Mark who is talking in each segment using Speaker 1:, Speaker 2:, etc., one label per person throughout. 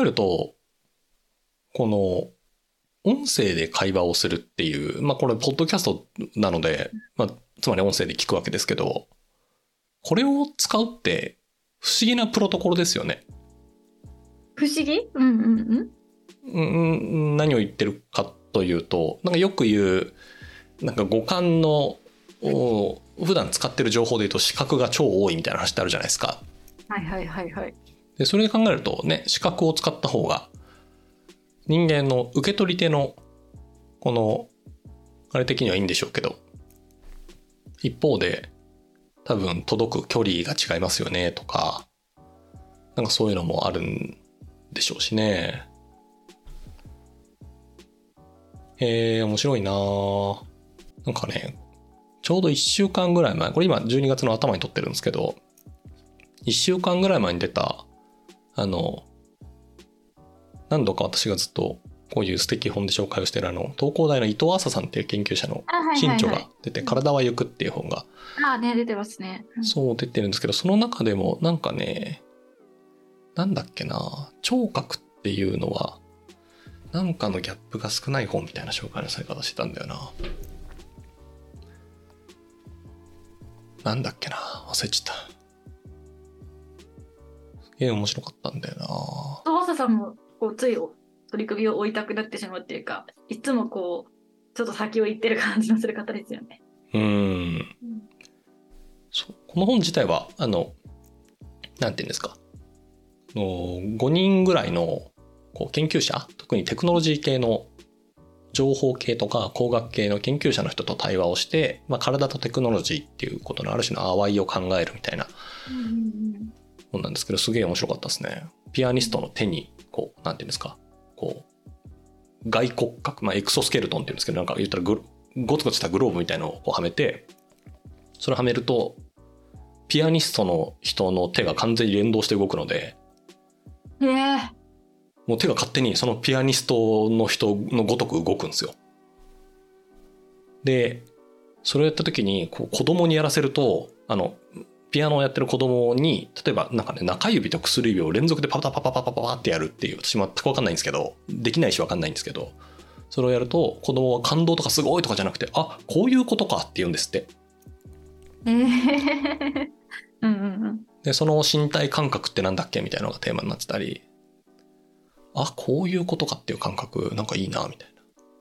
Speaker 1: えると、この、音声で会話をするっていう、まあこれ、ポッドキャストなので、まあ、つまり音声で聞くわけですけど、これを使うって、不思議なプロトコルですよね。
Speaker 2: 不思議うんうんうん。
Speaker 1: うん何を言ってるかというとなんかよく言うなんか五感のお普段使ってる情報で言うと視覚が超多いみたいな話ってあるじゃないですか。
Speaker 2: はいはいはいはい。
Speaker 1: でそれで考えるとね視覚を使った方が人間の受け取り手のこのあれ的にはいいんでしょうけど一方で多分届く距離が違いますよねとかなんかそういうのもあるんでしょうしねへえ面白いなあなんかねちょうど1週間ぐらい前これ今12月の頭に撮ってるんですけど一週間ぐらい前に出た、あの、何度か私がずっとこういう素敵本で紹介をしてるあの、東工大の伊藤浅さんっていう研究者の
Speaker 2: あ、はいはい、は
Speaker 1: 新
Speaker 2: い。
Speaker 1: 著が出て、体は行くっていう本が、
Speaker 2: あ、ね、出てますね。うん
Speaker 1: そう出てるんですけど、その中でもなんかね、なんだっけな、聴覚っていうのは、なんかのギャップが少ない本みたいな紹介のされ方してたんだよな。なんだっけな、忘れちゃった。すげえ面白かったんだよな。
Speaker 2: 戸浅さんもこうつい取り組みを追いたくなってしまうっていうかいつもこうちょっと先を行ってる感じのする方ですよね。
Speaker 1: うん
Speaker 2: うん
Speaker 1: そうこの本自体はあのなんて言うんですかあの5人ぐらいのこう研究者特にテクノロジー系の情報系とか工学系の研究者の人と対話をして、まあ、体とテクノロジーっていうことのある種の淡いを考えるみたいな本なんですけどすげえ面白かったですね。ピアニストの手にこうなんていうんですかこう外骨格、まあ、エクソスケルトンっていうんですけどなんか言ったらグロゴツゴツしたグローブみたいのをこうはめてそれをはめるとピアニストの人の手が完全に連動して動くので
Speaker 2: へえ
Speaker 1: もう手が勝手にそのピアニストの人のごとく動くんですよ。でそれをやった時にこう子供にやらせるとあのピアノをやってる子供に例えばなんかね中指と薬指を連続でパタパタパタパタってやるっていう私全く分かんないんですけどできないし分かんないんですけどそれをやると子供は感動とかすごいとかじゃなくてあこういうことかって言うんですって。
Speaker 2: ええうんうんうん。
Speaker 1: で、その身体感覚ってなんだっけみたいなのがテーマになってたり、あ、こういうことかっていう感覚、なんかいいな、みたい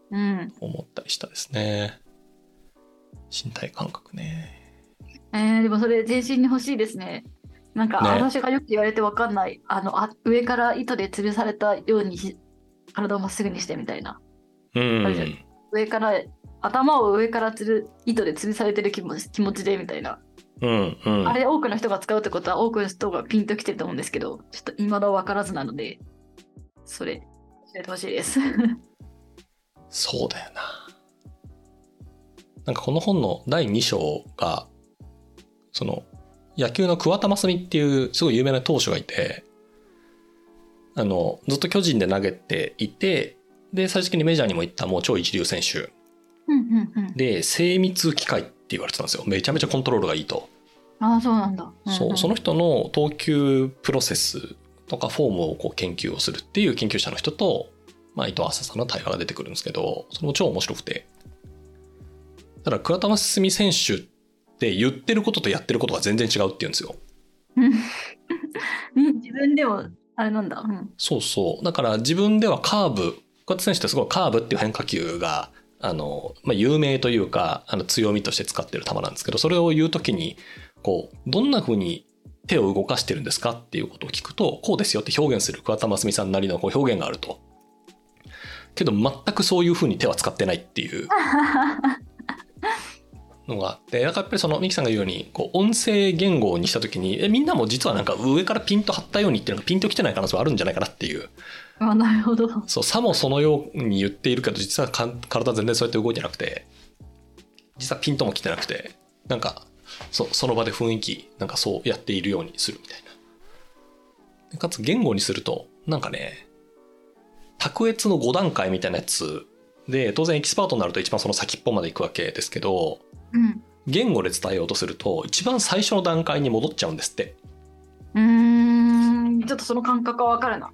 Speaker 1: な
Speaker 2: うん、
Speaker 1: 思ったりしたですね。身体感覚ね。
Speaker 2: えー、でもそれ全身に欲しいですね。なんか、
Speaker 1: ね
Speaker 2: 私がよく言われてわかんないあのあ上から糸で吊るされたようにし体をまっすぐにしてみたいな
Speaker 1: う
Speaker 2: 大丈夫
Speaker 1: ん。
Speaker 2: 上から頭を上から吊る糸で吊るされてる気持ち気持ちでみたいな
Speaker 1: うん、うん。
Speaker 2: あれ多くの人が使うってことは多くの人がピンときてると思うんですけど、ちょっと今だ分からずなので、それ、教えてほしいです。
Speaker 1: そうだよな。なんかこの本の第2章が、その、野球の桑田真澄っていうすごい有名な投手がいて、あの、ずっと巨人で投げていて、で、最終的にメジャーにも行ったもう超一流選手。
Speaker 2: うんうんうん。
Speaker 1: で精密機械って言われてたんですよめちゃめちゃコントロールがいいと、
Speaker 2: ああ、そうなんだ。
Speaker 1: そうその人
Speaker 2: 人。
Speaker 1: の投球プロセスとかフォームをこう研究をするっていう研究者の人と、まあ、伊藤浅さんの対話が出てくるんですけどそれも超面白くてただ倉田真澄選手って言ってることとやってることが全然違うって言うんですよ
Speaker 2: うん 自分でも、あれなんだ。うん。
Speaker 1: そうそう。だから自分ではカーブ、桑田選手ってすごいカーブっていう変化球が、あの、まあ、有名というか、あの、強みとして使ってる球なんですけど、それを言うときに、こう、どんな風に手を動かしてるんですかっていうことを聞くと、こうですよって表現する桑田真澄さんなりのこう表現があると。けど、全くそういう風に手は使ってないっていうのがあって、なんかやっぱりその、ミキさんが言うように、こう、音声言語にしたときに、え、みんなも実はなんか上からピンと張ったようにっていうのがピンときてない可能性はあるんじゃないかなっていう。
Speaker 2: あなるほど。
Speaker 1: そう、さもそのように言っているけど、実はか体全然そうやって動いてなくて、実はピンとも来てなくて、なんか、そうその場で雰囲気、なんかそうやっているようにするみたいな。でかつ言語にすると、なんかね、卓越の5段階みたいなやつで、当然エキスパートになると一番その先っぽまで行くわけですけど、
Speaker 2: うん。
Speaker 1: 言語で伝えようとすると、一番最初の段階に戻っちゃうんですって。
Speaker 2: うーん、ちょっとその感覚は分かるな。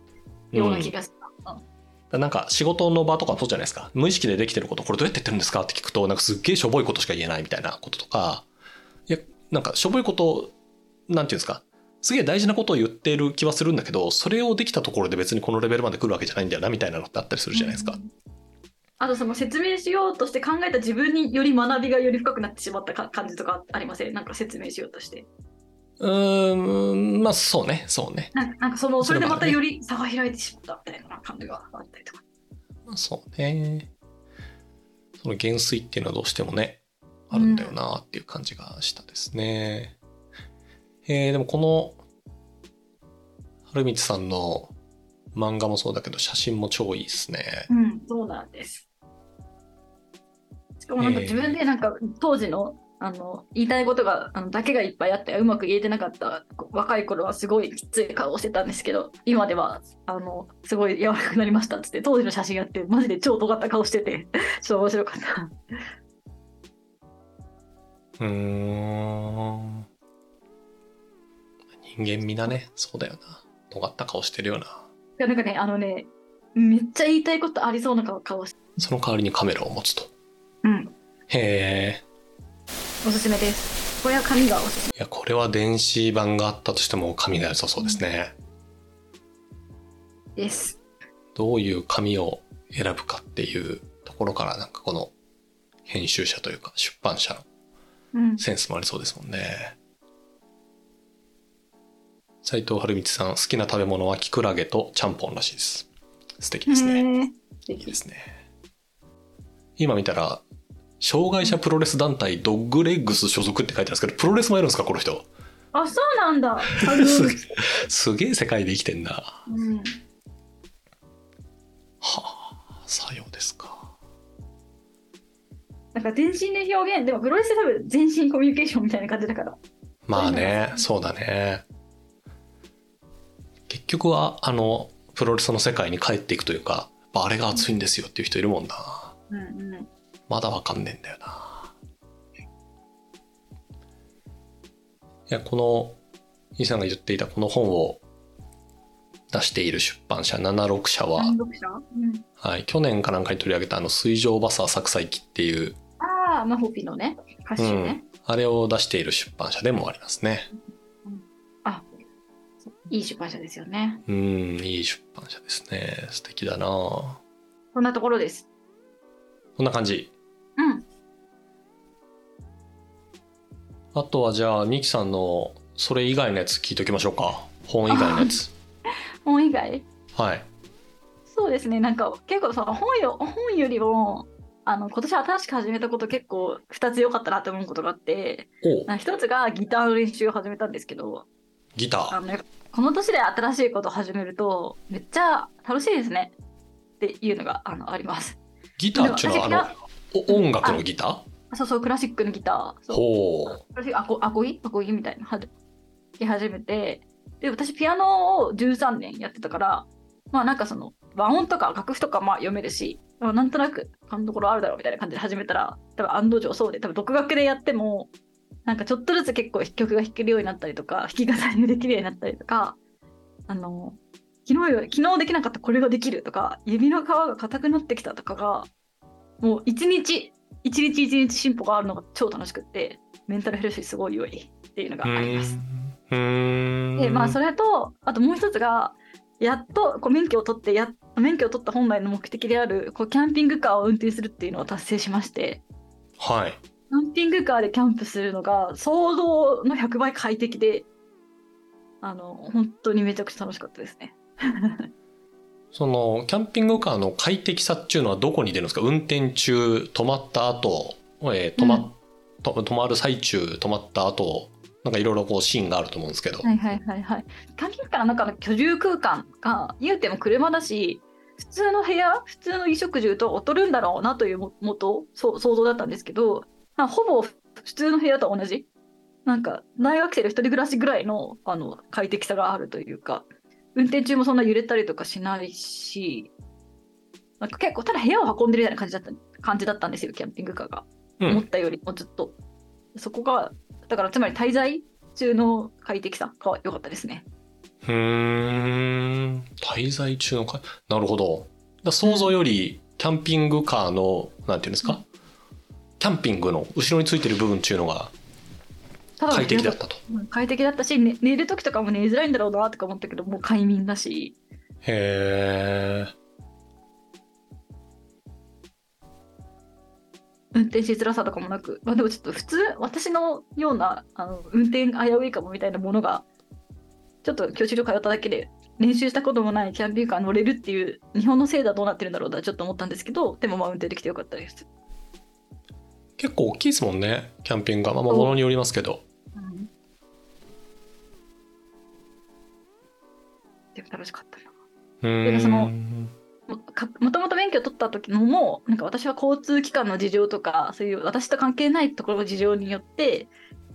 Speaker 2: ような気がします。
Speaker 1: だなんか仕事の場とかそうじゃないですか無意識でできてることこれどうやってやってるんですかって聞くとなんかすっげえしょぼいことしか言えないみたいなこととかいやなんかしょぼいことなんていうんですかすげえ大事なことを言ってる気はするんだけどそれをできたところで別にこのレベルまで来るわけじゃないんだよなみたいなのってあったりするじゃないですか
Speaker 2: う。んあとその説明しようとして考えた自分により学びがより深くなってしまったか感じとかありませんなんか説明しようとして。
Speaker 1: うーんまあそうねそうね
Speaker 2: なんかなんかその
Speaker 1: そ
Speaker 2: そ
Speaker 1: れ
Speaker 2: れ
Speaker 1: もあ
Speaker 2: で
Speaker 1: るね
Speaker 2: またより差が開いてしまったみたいな感じがあったりとか。
Speaker 1: まあそうねその減衰っていうのはどうしてもねあるんだよなっていう感じがしたですね、えーでもこの春光さんの漫画もそうだけど写真も超いいですね
Speaker 2: うん、そうなんです。しかもなんか
Speaker 1: えー
Speaker 2: 自分でなんか当時のあの言いたいことがあのだけがいっぱいあってうまく言えてなかったこ若い頃はすごいきつい顔をしてたんですけど今ではあのすごい柔らかくなりましたっつって当時の写真やってマジで超尖った顔してて ちょっと面白かった。
Speaker 1: うーん人間みんなねそうだよな尖った顔してるよない
Speaker 2: やなんかねあのねめっちゃ言いたいことありそうな顔顔して
Speaker 1: その代わりにカメラを持つと
Speaker 2: うん
Speaker 1: へえ
Speaker 2: おすすめですこれは髪がおすす
Speaker 1: いやこれは電子版があったとしても紙が良さそうですね、
Speaker 2: めです
Speaker 1: どういう紙を選ぶかっていうところからなんかこの編集者というか出版社の
Speaker 2: うん
Speaker 1: センスもありそうですもんね。斉藤春光さん好きな食べ物はキクラゲとちゃんぽんらしいです。素敵ですね。
Speaker 2: ね素
Speaker 1: いい
Speaker 2: 敵
Speaker 1: ですね。今見たら障害者プロレス団体ドッグレッグス所属って書いてあるんですけどプロレスもやるんですかこの人。
Speaker 2: あ そうなんだ
Speaker 1: すげえすげえ世界で生きてんな。は
Speaker 2: うん
Speaker 1: あさようですか。
Speaker 2: なんか全身で表現でもプロレスって多分全身コミュニケーションみたいな感じだから
Speaker 1: まあね、そうだね。結局は、あの、プロレスの世界に帰っていくというか、やっぱあれが熱いんですよっていう人いるもんな。
Speaker 2: うんうん
Speaker 1: まだわかんねえんだよな。いや、この、イさんが言っていたこの本を出している出版社76社は、
Speaker 2: 単独者、うん、
Speaker 1: はい、去年かなんかに取り上げたあの、水上バサー作祭記っていう、
Speaker 2: ああマホピのね歌手ね、
Speaker 1: あれを出している出版社でもありますね。
Speaker 2: あいい出版社ですよね
Speaker 1: うん、いい出版社ですね。素敵だなこ
Speaker 2: こんなところです
Speaker 1: んな感じ。
Speaker 2: うん
Speaker 1: あとはじゃあ、ニキさんのそれ以外のやつ聞いておきましょうか。本以外のやつ。
Speaker 2: 本以外
Speaker 1: はい。
Speaker 2: そうですねなんか結構その本よ本よりもあの今年新しく始めたこと結構2つ良かったなと思うことがあって
Speaker 1: おう
Speaker 2: あ一つがギターの練習を始めたんですけど
Speaker 1: ギター。
Speaker 2: あのやっぱこの年で新しいことを始めるとめっちゃ楽しいですねっていうのがあのあります
Speaker 1: ギターっていうのは、あ
Speaker 2: でも
Speaker 1: の、お音楽のギタ
Speaker 2: あそうそうクラシックのギター
Speaker 1: ー
Speaker 2: そう
Speaker 1: ほう。
Speaker 2: クラシックアコアコギアコギみたいなは弾き始めてで私ピアノを13年やってたからまあなんかその和音とか楽譜とかまあ読めるし、まあ、なんとなく勘どころあるだろうみたいな感じで始めたら多分案の定そうで多分独学でやってもなんかちょっとずつ結構曲が弾けるようになったりとか弾き語りができるようになったりとかあの昨日より昨日できなかったこれができるとか指の皮が硬くなってきたとかがもう一日一日一日進歩があるのが超楽しくってメンタルヘルシーすごい良いっていうのがあります。
Speaker 1: うーん。
Speaker 2: でまあそれとあともう一つがやっとこう免許を取ってやっ免許を取った本来の目的であるこうキャンピングカーを運転するっていうのを達成しまして
Speaker 1: はい。
Speaker 2: キャンピングカーでキャンプするのが想像の100倍快適であの本当にめちゃくちゃ楽しかったですね。
Speaker 1: その、キャンピングカーの快適さっていうのはどこに出るんですか運転中、止まった後、えー止ま、
Speaker 2: うん
Speaker 1: と止まる最中、止まった後、なんかいろいろこうシーンがあると思うんですけど。
Speaker 2: はいはいはいはい。キャンピングカーの中の居住空間が言うても車だし普通の部屋普通の衣食住と劣るんだろうなというも元そう想像だったんですけど、まあ、ほぼ普通の部屋と同じなんか大学生で一人暮らしぐらいのあの快適さがあるというか運転中もそんな揺れたりとかしないしなんか結構ただ部屋を運んでるような感じだった感じだったんですよキャンピングカーが。
Speaker 1: う
Speaker 2: 思っ
Speaker 1: ん。
Speaker 2: たよりもずっと、そこがだからつまり滞在中の快適さが良かったですね
Speaker 1: ふーん滞在中の会なるほどだ想像よりキャンピングカーのなんていうんですか、
Speaker 2: うん
Speaker 1: キャンピングの後ろについてる部分っていうのが
Speaker 2: た
Speaker 1: 快適だったと
Speaker 2: うん快適だったし、ね、寝る時とかも寝づらいんだろうなとか思ったけどもう快眠だし
Speaker 1: へえ
Speaker 2: 運転しづらさとかもなく、まあ、でもちょっと普通私のようなあの運転危ういかもみたいなものがちょっと教習所通っただけで練習したこともないキャンピングカー乗れるっていう日本のせいだどうなってるんだろうとはちょっと思ったんですけどでもまあ運転できてよかったです、
Speaker 1: 結構大きいですもんねキャンピングカーまあまあものによりますけど
Speaker 2: でも楽しかったな
Speaker 1: う
Speaker 2: でその
Speaker 1: ーん
Speaker 2: もかもともと免許取った時のもなんか私は交通機関の事情とかそういう私と関係ないところの事情によって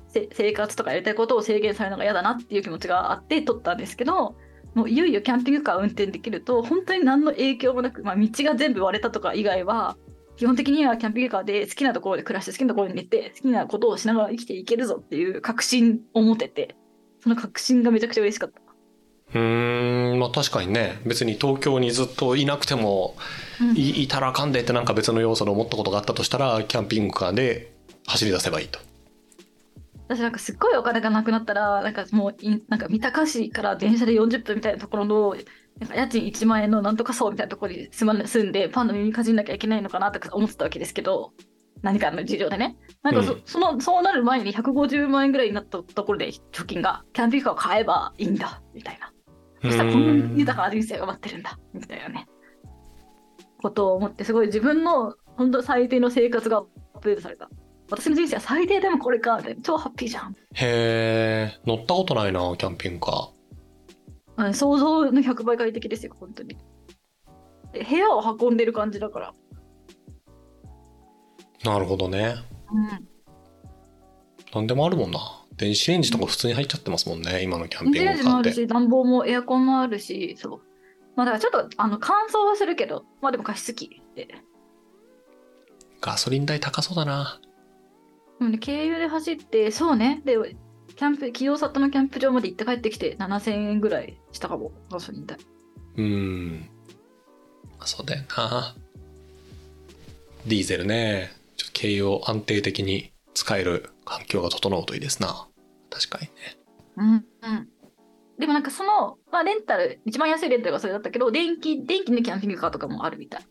Speaker 2: せ生活とかやりたいことを制限されるのが嫌だなっていう気持ちがあって取ったんですけどもういよいよキャンピングカーを運転できると本当に何の影響もなく、まあ、道が全部割れたとか以外は基本的にはキャンピングカーで好きなところで暮らして好きなところに寝て好きなことをしながら生きていけるぞっていう確信を持ててその確信がめちゃくちゃ嬉しかった。
Speaker 1: うーんまあ確かにね別に東京にずっといなくても
Speaker 2: うん
Speaker 1: いいたらあかんでってなんか別の要素で思ったことがあったとしたらキャンピングカーで走り出せばいいと
Speaker 2: 私なんかすっごいお金がなくなったらなんかもういなんか三鷹市から電車で40分みたいなところのなんか家賃1万円のなんとかそうみたいなところに住ま住んでパンの耳かじんなきゃいけないのかなとか思ってたわけですけど何かの事情でねなんかそ,、
Speaker 1: うん
Speaker 2: そのそうなる前に150万円ぐらいになったところで貯金がキャンピングカーを買えばいいんだみたいなそしたらこんなに豊かな人生が待ってるんだみたいなねことを思ってすごい自分の本当最低の生活がアップデートされた私の人生は最低でもこれかみたいな超ハッピーじゃん
Speaker 1: へえ乗ったことないなキャンピングカ
Speaker 2: うん想像の100倍快適ですよ、本当に。で部屋を運んでる感じだから。
Speaker 1: ーなるほどね
Speaker 2: うん。
Speaker 1: なんでもあるもんな電子レンジとか普通に入っちゃってますもんね今のキャン
Speaker 2: 電
Speaker 1: ピ
Speaker 2: 子レン
Speaker 1: ン
Speaker 2: ジ
Speaker 1: グ
Speaker 2: も
Speaker 1: カー
Speaker 2: あ
Speaker 1: っ
Speaker 2: る
Speaker 1: て
Speaker 2: し、暖房もエアコンもあるし、そう。まあだからちょっとあの乾燥はするけど、まあでも加湿器で。
Speaker 1: ガソリン代高そうだな
Speaker 2: でもね、軽油で走って、そうね。で、キャンプ、清里のキャンプ場まで行って帰ってきて7000円ぐらいしたかも、ガソリン代。
Speaker 1: うんまあそうだよなディーゼルねちょっと軽油を安定的に使える環境が整うといいですな確かにね
Speaker 2: うん。うん。でもなんかその、まあレンタル、一番安いレンタルがそれだったけど、電気、電気のキャンピングカーとかもあるみたい。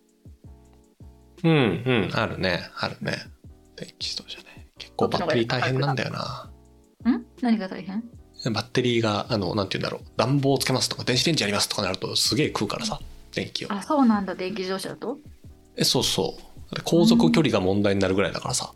Speaker 1: うんうんあるねあるね電気自動車ね結構バッテリー大変なんだよなん
Speaker 2: 何が大変
Speaker 1: バッテリーがあのなんて言うんだろう暖房をつけますとか電子レンジやりますとかなるとすげえ食うからさ電気を
Speaker 2: あ、そうなんだ、電気自動車だと。
Speaker 1: えそうそうで航続距離が問題になるぐらいだからさ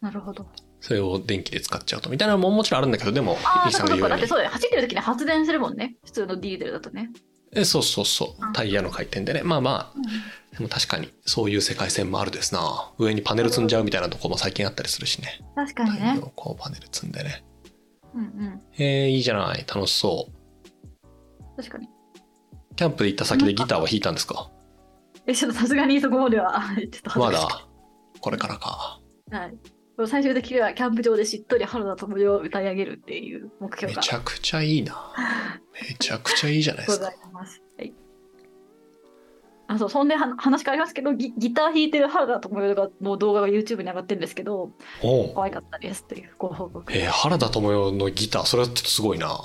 Speaker 2: なるほど。
Speaker 1: それを電気で使っちゃうとみたいなのももちろんあるんだけどでも
Speaker 2: ああ、
Speaker 1: 西
Speaker 2: そ
Speaker 1: さ
Speaker 2: っ
Speaker 1: ん
Speaker 2: か
Speaker 1: が
Speaker 2: そ
Speaker 1: 言
Speaker 2: っ
Speaker 1: うよう
Speaker 2: か。だって
Speaker 1: に
Speaker 2: そうだよ。走ってる時に発電するもんね。普通のディーゼルだとね。
Speaker 1: えそうそうそうタイヤの回転でねまあまあでも確かにそういう世界線もあるですな上にパネル積んじゃうみたいなとこも最近あったりするしね
Speaker 2: 確か
Speaker 1: 太
Speaker 2: にね
Speaker 1: 陽。光パネル積んでね
Speaker 2: うんうん。
Speaker 1: えーいいじゃない楽しそ
Speaker 2: 確かに。
Speaker 1: うキャンプで行った先でギターは弾いたんですか
Speaker 2: え、ちょっとさすがにそこまでは、ちょっと恥
Speaker 1: ま
Speaker 2: ずかし
Speaker 1: だこれからか
Speaker 2: い。はい。これ最終的にはキャンプ場でしっとり春の友よを歌い上げるっていう目標
Speaker 1: め
Speaker 2: が
Speaker 1: ちゃくちゃいい なめちゃくちゃいいじゃないで
Speaker 2: ご
Speaker 1: すか
Speaker 2: ざいます。はい。あ、そう、そんでは話変わりますけど、ギギター弾いてる春田友よがの動画が YouTube に上がってるんですけど、
Speaker 1: おう
Speaker 2: 可愛かったですというご報告。
Speaker 1: えー原田知世のギターそれはちょっとすごいな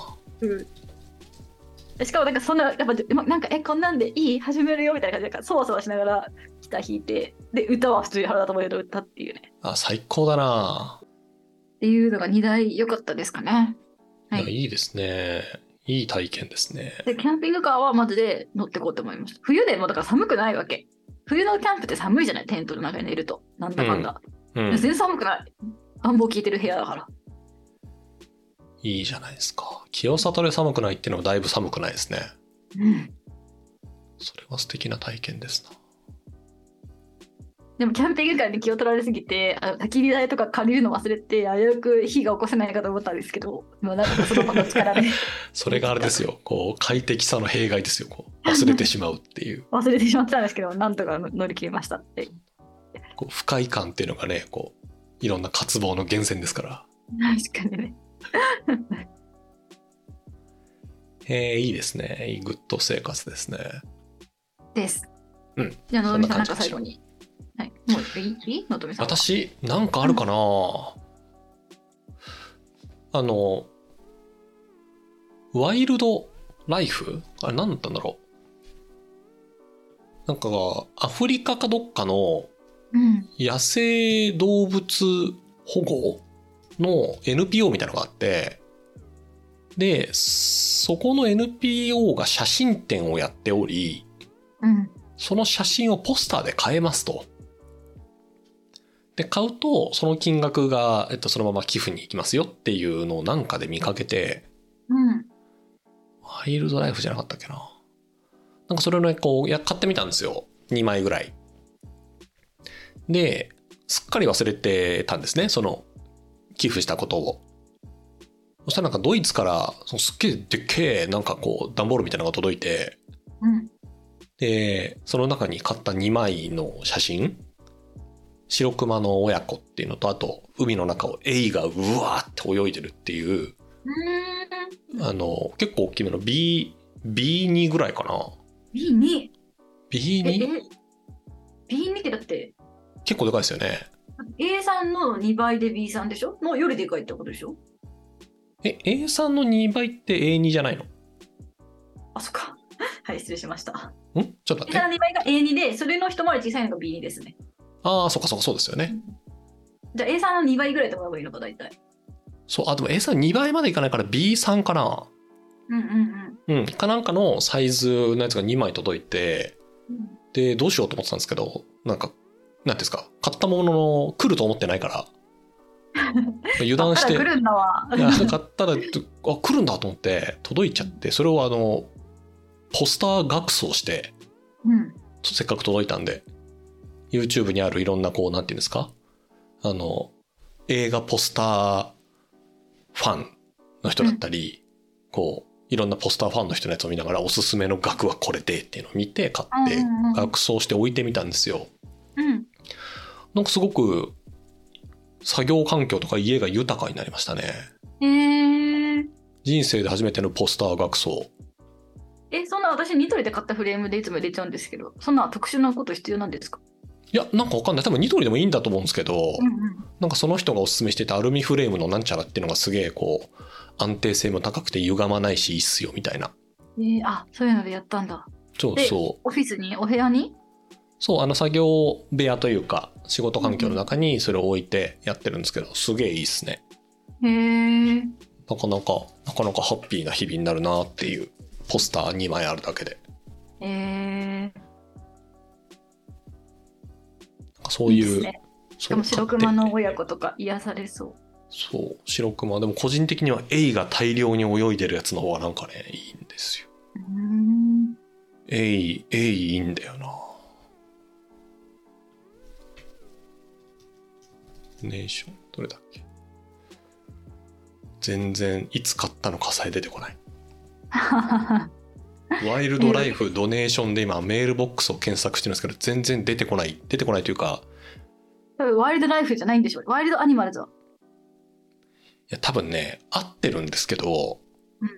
Speaker 2: しかもなんかそんなやっぱじまなんかえこんなんでいい始めるよみたいな感じでなんかそわそわしながらギター弾いてで歌は普通に原田知世の歌っていうね
Speaker 1: あ最高だな、、
Speaker 2: っていうのが2台良かったですかねはいい
Speaker 1: やいいですねいい体験ですね
Speaker 2: でキャンピングカーはマジで乗ってこうと思いました冬でもだから寒くないわけ冬のキャンプって寒いじゃないテントの中に寝るとなんだかんだ、
Speaker 1: うん
Speaker 2: 全然寒くない暖房効いてる部屋だから
Speaker 1: いいじゃないですか清里で寒くないっていうのはだいぶ寒くないですね
Speaker 2: うん
Speaker 1: それは素敵な体験ですな
Speaker 2: でもキャンピングカーに気を取られすぎてあの焚き火台とか借りるの忘れて危うく火が起こせないかと思ったんですけどもうなんかその子の力で
Speaker 1: それがあれです よこう快適さの弊害ですよこう忘れてしまうっていう
Speaker 2: 忘れてしまってたんですけど、なんとか乗り切りましたって。
Speaker 1: こう不快感っていうのがねこういろんな渇望の源泉ですから
Speaker 2: 確かにね。
Speaker 1: えー、いいですね。いいグッド生活ですね。
Speaker 2: です。
Speaker 1: うん。
Speaker 2: じゃあ、のぞみさん、
Speaker 1: そんな
Speaker 2: な
Speaker 1: ん感
Speaker 2: か
Speaker 1: じ
Speaker 2: 最後に。はい。もういいいいのぞみさん。。
Speaker 1: 私、なんかあるかな、あの、ワイルドライフあれ何だったんだろうなんか、アフリカかどっかの
Speaker 2: うん。
Speaker 1: 野生動物保護の NPO みたいなのがあって、で、そこの NPO が写真展をやっており、
Speaker 2: うん。
Speaker 1: その写真をポスターで買えますと。で、買うと、その金額が、えっと、そのまま寄付に行きますよっていうのをなんかで見かけて、
Speaker 2: うん。
Speaker 1: ワイルドライフじゃなかったっけな。なんかそれのね、こう、いや、買ってみたんですよ。2枚ぐらい。で、すっかり忘れてたんですね、その、寄付したことを。そしたらなんかドイツから、そのすっげえでっけえ、なんかこう、段ボールみたいなのが届いて、
Speaker 2: うん。
Speaker 1: で、その中に買った2枚の写真、白熊の親子っていうのと、あと、海の中をエイがうわーって泳いでるっていう、
Speaker 2: うーん。
Speaker 1: あの、結構大きめの B、B2 ぐらいかな。
Speaker 2: B2。え、
Speaker 1: B2?
Speaker 2: え B2 ってだって、
Speaker 1: 結構でかいですよね。
Speaker 2: A さんの2倍で B さんでしょのよりでかいってことでしょ
Speaker 1: え、A3 の2倍って A2 じゃないの
Speaker 2: あ、そっか。はい、失礼しました。
Speaker 1: んちょっと
Speaker 2: A
Speaker 1: 待って。
Speaker 2: さんの2倍が A2 で、それの一回り小さいのが B2 ですね。
Speaker 1: ああ、そっかそっかそうですよね。
Speaker 2: じゃあ A さんの2倍ぐらいと思えばいいのか、大体。
Speaker 1: そう、あ、でも A32 倍までいかないから B3 かな。
Speaker 2: うんうん
Speaker 1: うん。かなんかのサイズのやつが2枚届いて、
Speaker 2: うん。
Speaker 1: で、どうしようと思ってたんですけど、なんか、なんていうんですか、買ったものの、来ると思ってないから、 油断して、
Speaker 2: あ来るんだわ。
Speaker 1: いや買ったら、あ、来るんだと思って、届いちゃって、それをあの、ポスター額装して、
Speaker 2: うん。
Speaker 1: せっかく届いたんで、YouTube にあるいろんな、こう、なんていうんですか、あの、映画ポスターファンの人だったり、こう、いろんなポスターファンの人のやつを見ながら、おすすめの額はこれでっていうのを見て、買って
Speaker 2: うんうんうん、
Speaker 1: 額装して置いてみたんですよ。
Speaker 2: うん。
Speaker 1: なんかすごく作業環境とか家が豊かになりましたね。
Speaker 2: えー、
Speaker 1: 人生で初めてのポスター学装。
Speaker 2: え、そんな私ニトリで買ったフレームでいつも入れちゃうんですけど、そんな特殊なこと必要なんですか
Speaker 1: いや、なんかわかんない。多分ニトリでもいいんだと思うんですけど、
Speaker 2: うんうん。
Speaker 1: なんかその人がおすすめしてたアルミフレームのなんちゃらっていうのがすげえこう、安定性も高くて歪まないしいいっすよみたいな。
Speaker 2: えー、あ、そういうのでやったんだ。
Speaker 1: そう
Speaker 2: で
Speaker 1: そう。
Speaker 2: オフィスに、お部屋に
Speaker 1: そう、あの作業部屋というか、仕事環境の中にそれを置いてやってるんですけど、すげえいいっすね。
Speaker 2: へえー、
Speaker 1: なかなか、なかなかハッピーな日々になるなっていう、ポスター2枚あるだけで。
Speaker 2: えー、
Speaker 1: なんかそういう、
Speaker 2: いですね。し
Speaker 1: そ
Speaker 2: か
Speaker 1: う
Speaker 2: も白熊の親子とか癒されそう。
Speaker 1: そう、白熊。でも個人的にはエイが大量に泳いでるやつの方がなんかね、いいんですよ。
Speaker 2: うーん。
Speaker 1: エイ、エイいいんだよな。ネーション、どれだっけ全然、いつ買ったのかさえ出てこない。ワイルドライフドネーションで今メールボックスを検索してるんですけど、全然出てこない。出てこないというか、
Speaker 2: 多分ワイルドライフじゃないんでしょワイルドアニマルズは。
Speaker 1: いや、多分ね、合ってるんですけど、
Speaker 2: うん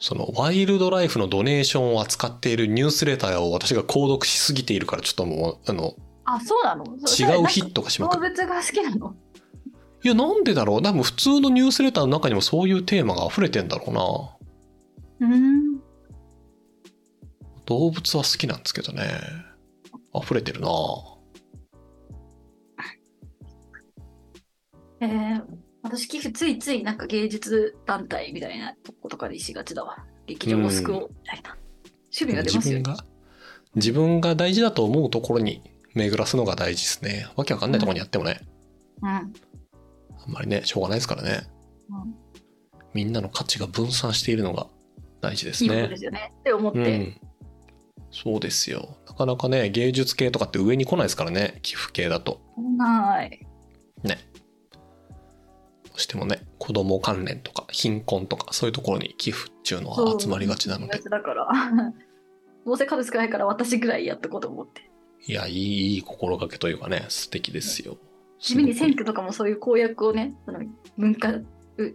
Speaker 1: その、ワイルドライフのドネーションを扱っているニュースレターを私が購読しすぎているから、ちょっともう、あの、
Speaker 2: あ、そうなのそ
Speaker 1: 違うヒットがしま
Speaker 2: 動
Speaker 1: くる。
Speaker 2: 物が好きなの
Speaker 1: いや、なんでだろう多分普通のニュースレターの中にもそういうテーマが溢れてんだろうな。
Speaker 2: うーん。
Speaker 1: 動物は好きなんですけどね。溢れてるな
Speaker 2: えー、私寄付ついついなんか芸術団体みたいなとことかにしがちだわ劇場を救おうみたいな、趣味が出
Speaker 1: 自
Speaker 2: ますよ
Speaker 1: 分が、自分が大事だと思うところに巡らすのが大事ですね。わけわかんないところにやってもね、
Speaker 2: うん
Speaker 1: あんまりね、しょうがないですからね。
Speaker 2: うん
Speaker 1: みんなの価値が分散しているのが大事です
Speaker 2: いいこと
Speaker 1: ね
Speaker 2: で。すよねって思って、
Speaker 1: うん。そうですよ。なかなかね、芸術系とかって上に来ないですからね、寄付系だと。
Speaker 2: はい
Speaker 1: どうしてもね、子供関連とか貧困とかそういうところに寄付っていうのは集まりがちなの
Speaker 2: そう
Speaker 1: で
Speaker 2: 集まりが。ちだから どうせ数少ないから私ぐらいやっとこうと思って
Speaker 1: いや、いい、いい心がけというかね、素敵ですよ。
Speaker 2: 地味に
Speaker 1: すごく
Speaker 2: 選挙とかもそういう公約をねその文化う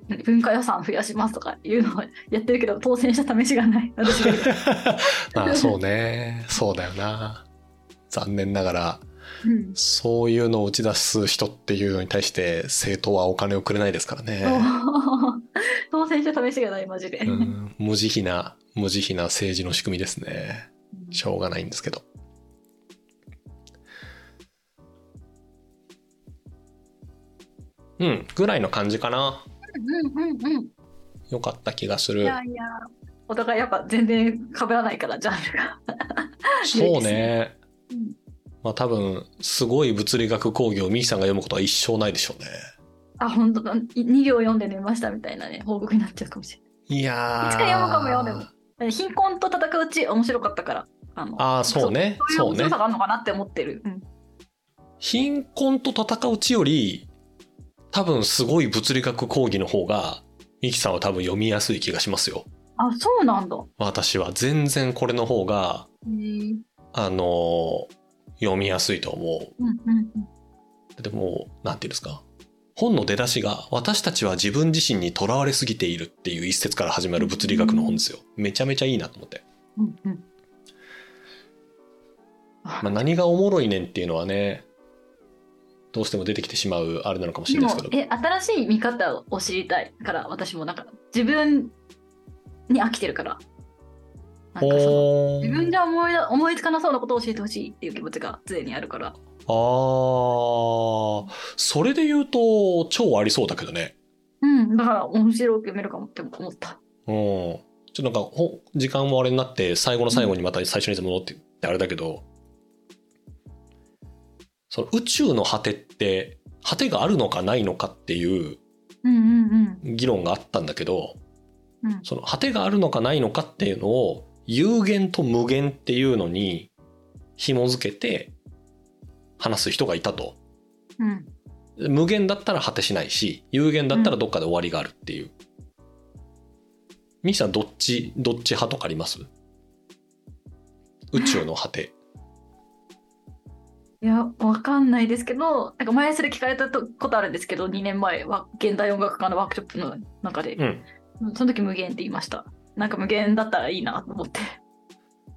Speaker 2: 何文化予算増やしますとかいうのをやってるけど当選した試しがない私が言 う
Speaker 1: まあそうねそうだよな残念ながら
Speaker 2: うん
Speaker 1: そういうのを打ち出す人っていうのに対して政党はお金をくれないですからね、
Speaker 2: そう 当選した試しがないマジで、
Speaker 1: うん、無慈悲な無慈悲な政治の仕組みですねしょうがないんですけどうんぐらいの感じかな
Speaker 2: うんうんうんうん
Speaker 1: 良かった気がす
Speaker 2: い
Speaker 1: る
Speaker 2: やいやお互いやっぱ全然被らないからジャンルが、
Speaker 1: そう
Speaker 2: いいです
Speaker 1: ね
Speaker 2: うん
Speaker 1: まあ多分すごい物理学講義をミキさんが読むことは一生ないでしょうね
Speaker 2: あ本当だ2行読んで寝ましたみたいなね報告になっちゃうかもしれない
Speaker 1: いやー
Speaker 2: いつか読むかもよでもえ貧困と戦ううち面白かったからあの
Speaker 1: ああそうね
Speaker 2: そ
Speaker 1: そう
Speaker 2: ういう面
Speaker 1: ね
Speaker 2: 白さがあるのかなって思ってる、うん
Speaker 1: 貧困と戦うちより多分すごい物理学講義の方がミキさんは多分読みやすい気がしますよ
Speaker 2: あそうなんだ
Speaker 1: 私は全然これの方が
Speaker 2: へー
Speaker 1: あのー読みやすいと思
Speaker 2: うんうんうん
Speaker 1: うでもうなんていうんですか本の出だしが「私たちは自分自身にとらわれすぎている」っていう一節から始まる物理学の本ですよめちゃめちゃいいなと思って、
Speaker 2: うんうん
Speaker 1: まあ、何がおもろいねんっていうのはねどうしても出てきてしまうあれなのかもし
Speaker 2: で
Speaker 1: れな
Speaker 2: も
Speaker 1: いですけど
Speaker 2: え新しい見方を知りたいから私もなんか自分に飽きてるからなんかその
Speaker 1: おー
Speaker 2: 自分じゃ思いだ思いつかなそうなことを教えてほしいっていう気持ちが常にあるから
Speaker 1: あーそれで言うと超ありそうだけどね
Speaker 2: うんだから面白く読めるかもって思った
Speaker 1: うんちょっとなんかほ時間もあれになって最後の最後にまた最初に戻ってってあれだけど、その宇宙の果てって果てがあるのかないのかっていう
Speaker 2: うんうん
Speaker 1: 議論があったんだけど
Speaker 2: うんうん
Speaker 1: その果てがあるのかないのかっていうのを有限と無限っていうのに紐づけて話す人がいたと。
Speaker 2: うん
Speaker 1: 無限だったら果てしないし有限だったらどっかで終わりがあるっていう、ミキさんどっちどっち派とかあります宇宙の果て
Speaker 2: いや、わかんないですけど、なんか前それ聞かれたとことあるんですけど、2年前は現代音楽家のワークショップの中で、
Speaker 1: うん
Speaker 2: その時無限って言いました。なんか無限だったらいいなと思って。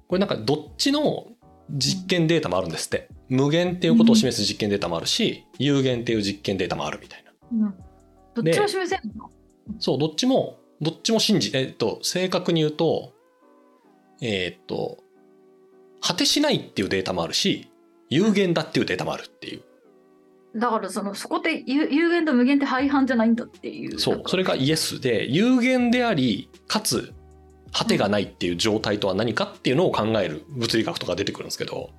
Speaker 1: これなんかどっちの実験データもあるんですって無限っていうことを示す実験データもあるし、有限っていう実験データもあるみたいな
Speaker 2: どっちも示せるの
Speaker 1: そうどっちもどっちも信じえっと正確に言うとえーっと果てしないっていうデータもあるし有限だっていうデータもあるっていう
Speaker 2: だからそのそこって有有限と無限って廃反じゃないんだっていう。
Speaker 1: そうそれがイエスで有限でありかつ果てがないっていう状態とは何かっていうのを考える物理学とか出てくるんですけど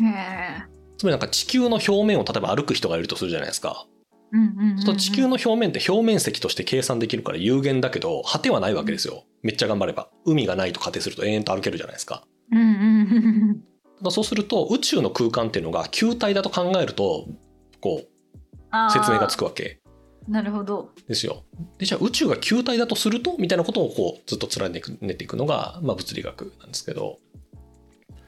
Speaker 2: へえ。
Speaker 1: つまりなんか地球の表面を例えば歩く人がいるとするじゃないですか
Speaker 2: うんうんうんうん
Speaker 1: そうすると地球の表面って表面積として計算できるから有限だけど果てはないわけですよめっちゃ頑張れば海がないと仮定すると延々と歩けるじゃないですか
Speaker 2: うんうんうんうん
Speaker 1: だからそうすると宇宙の空間っていうのが球体だと考えるとこう
Speaker 2: あー
Speaker 1: 説明がつくわけ
Speaker 2: なるほど。
Speaker 1: ですよ。でじゃあ宇宙が球体だとするとみたいなことをこうずっと連ねていくのが、まあ、物理学なんですけど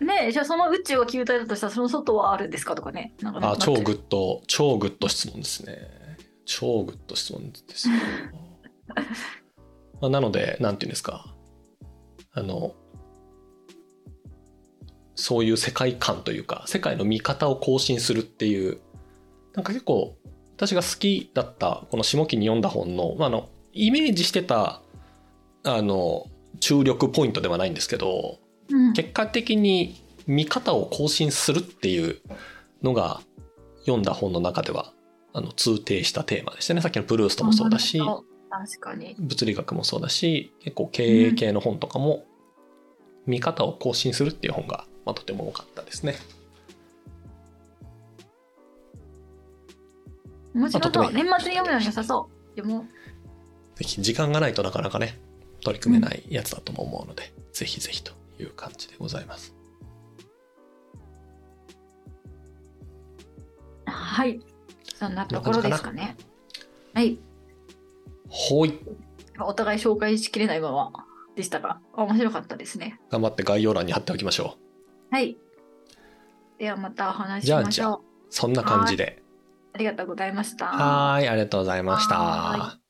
Speaker 2: ねえじゃあその宇宙が球体だとしたらその外はあるんですかとかね。なんかね
Speaker 1: あ超グ
Speaker 2: なっち
Speaker 1: ッド超グッド質問ですね。超グッド質問ですよ。 まあなのでなんていうんですかあのそういう世界観というか世界の見方を更新するっていうなんか結構私が好きだったこの下期に読んだ本の,、まあ、あのイメージしてたあの注力ポイントではないんですけど
Speaker 2: ゃううん
Speaker 1: 結果的に見方を更新するっていうのが読んだ本の中ではあの通底したテーマでしたねさっきのブルーストもそうだし
Speaker 2: 確かに。
Speaker 1: 物理学もそうだし結構経営系の本とかも見方を更新するっていう本が、まあ、とても多かったですね。
Speaker 2: 面白
Speaker 1: あと
Speaker 2: そ
Speaker 1: ど
Speaker 2: う。
Speaker 1: れ
Speaker 2: 年末に読むのに良さそう。でも、
Speaker 1: ぜひ時間がないとなかなかね取り組めないやつだとも思うので、ぜひぜひという感じでございます。
Speaker 2: はい。そんなところですかね。はい。
Speaker 1: ほい
Speaker 2: お互い紹介しきれないままでしたが、面白かったですね。
Speaker 1: 頑張って概要欄に貼っておきましょう。
Speaker 2: はい。ではまたお話ししま
Speaker 1: じ
Speaker 2: し
Speaker 1: ゃあ
Speaker 2: ょう。
Speaker 1: そんな感じで
Speaker 2: ありがとうございました。
Speaker 1: はーいありがとうございました。
Speaker 2: はー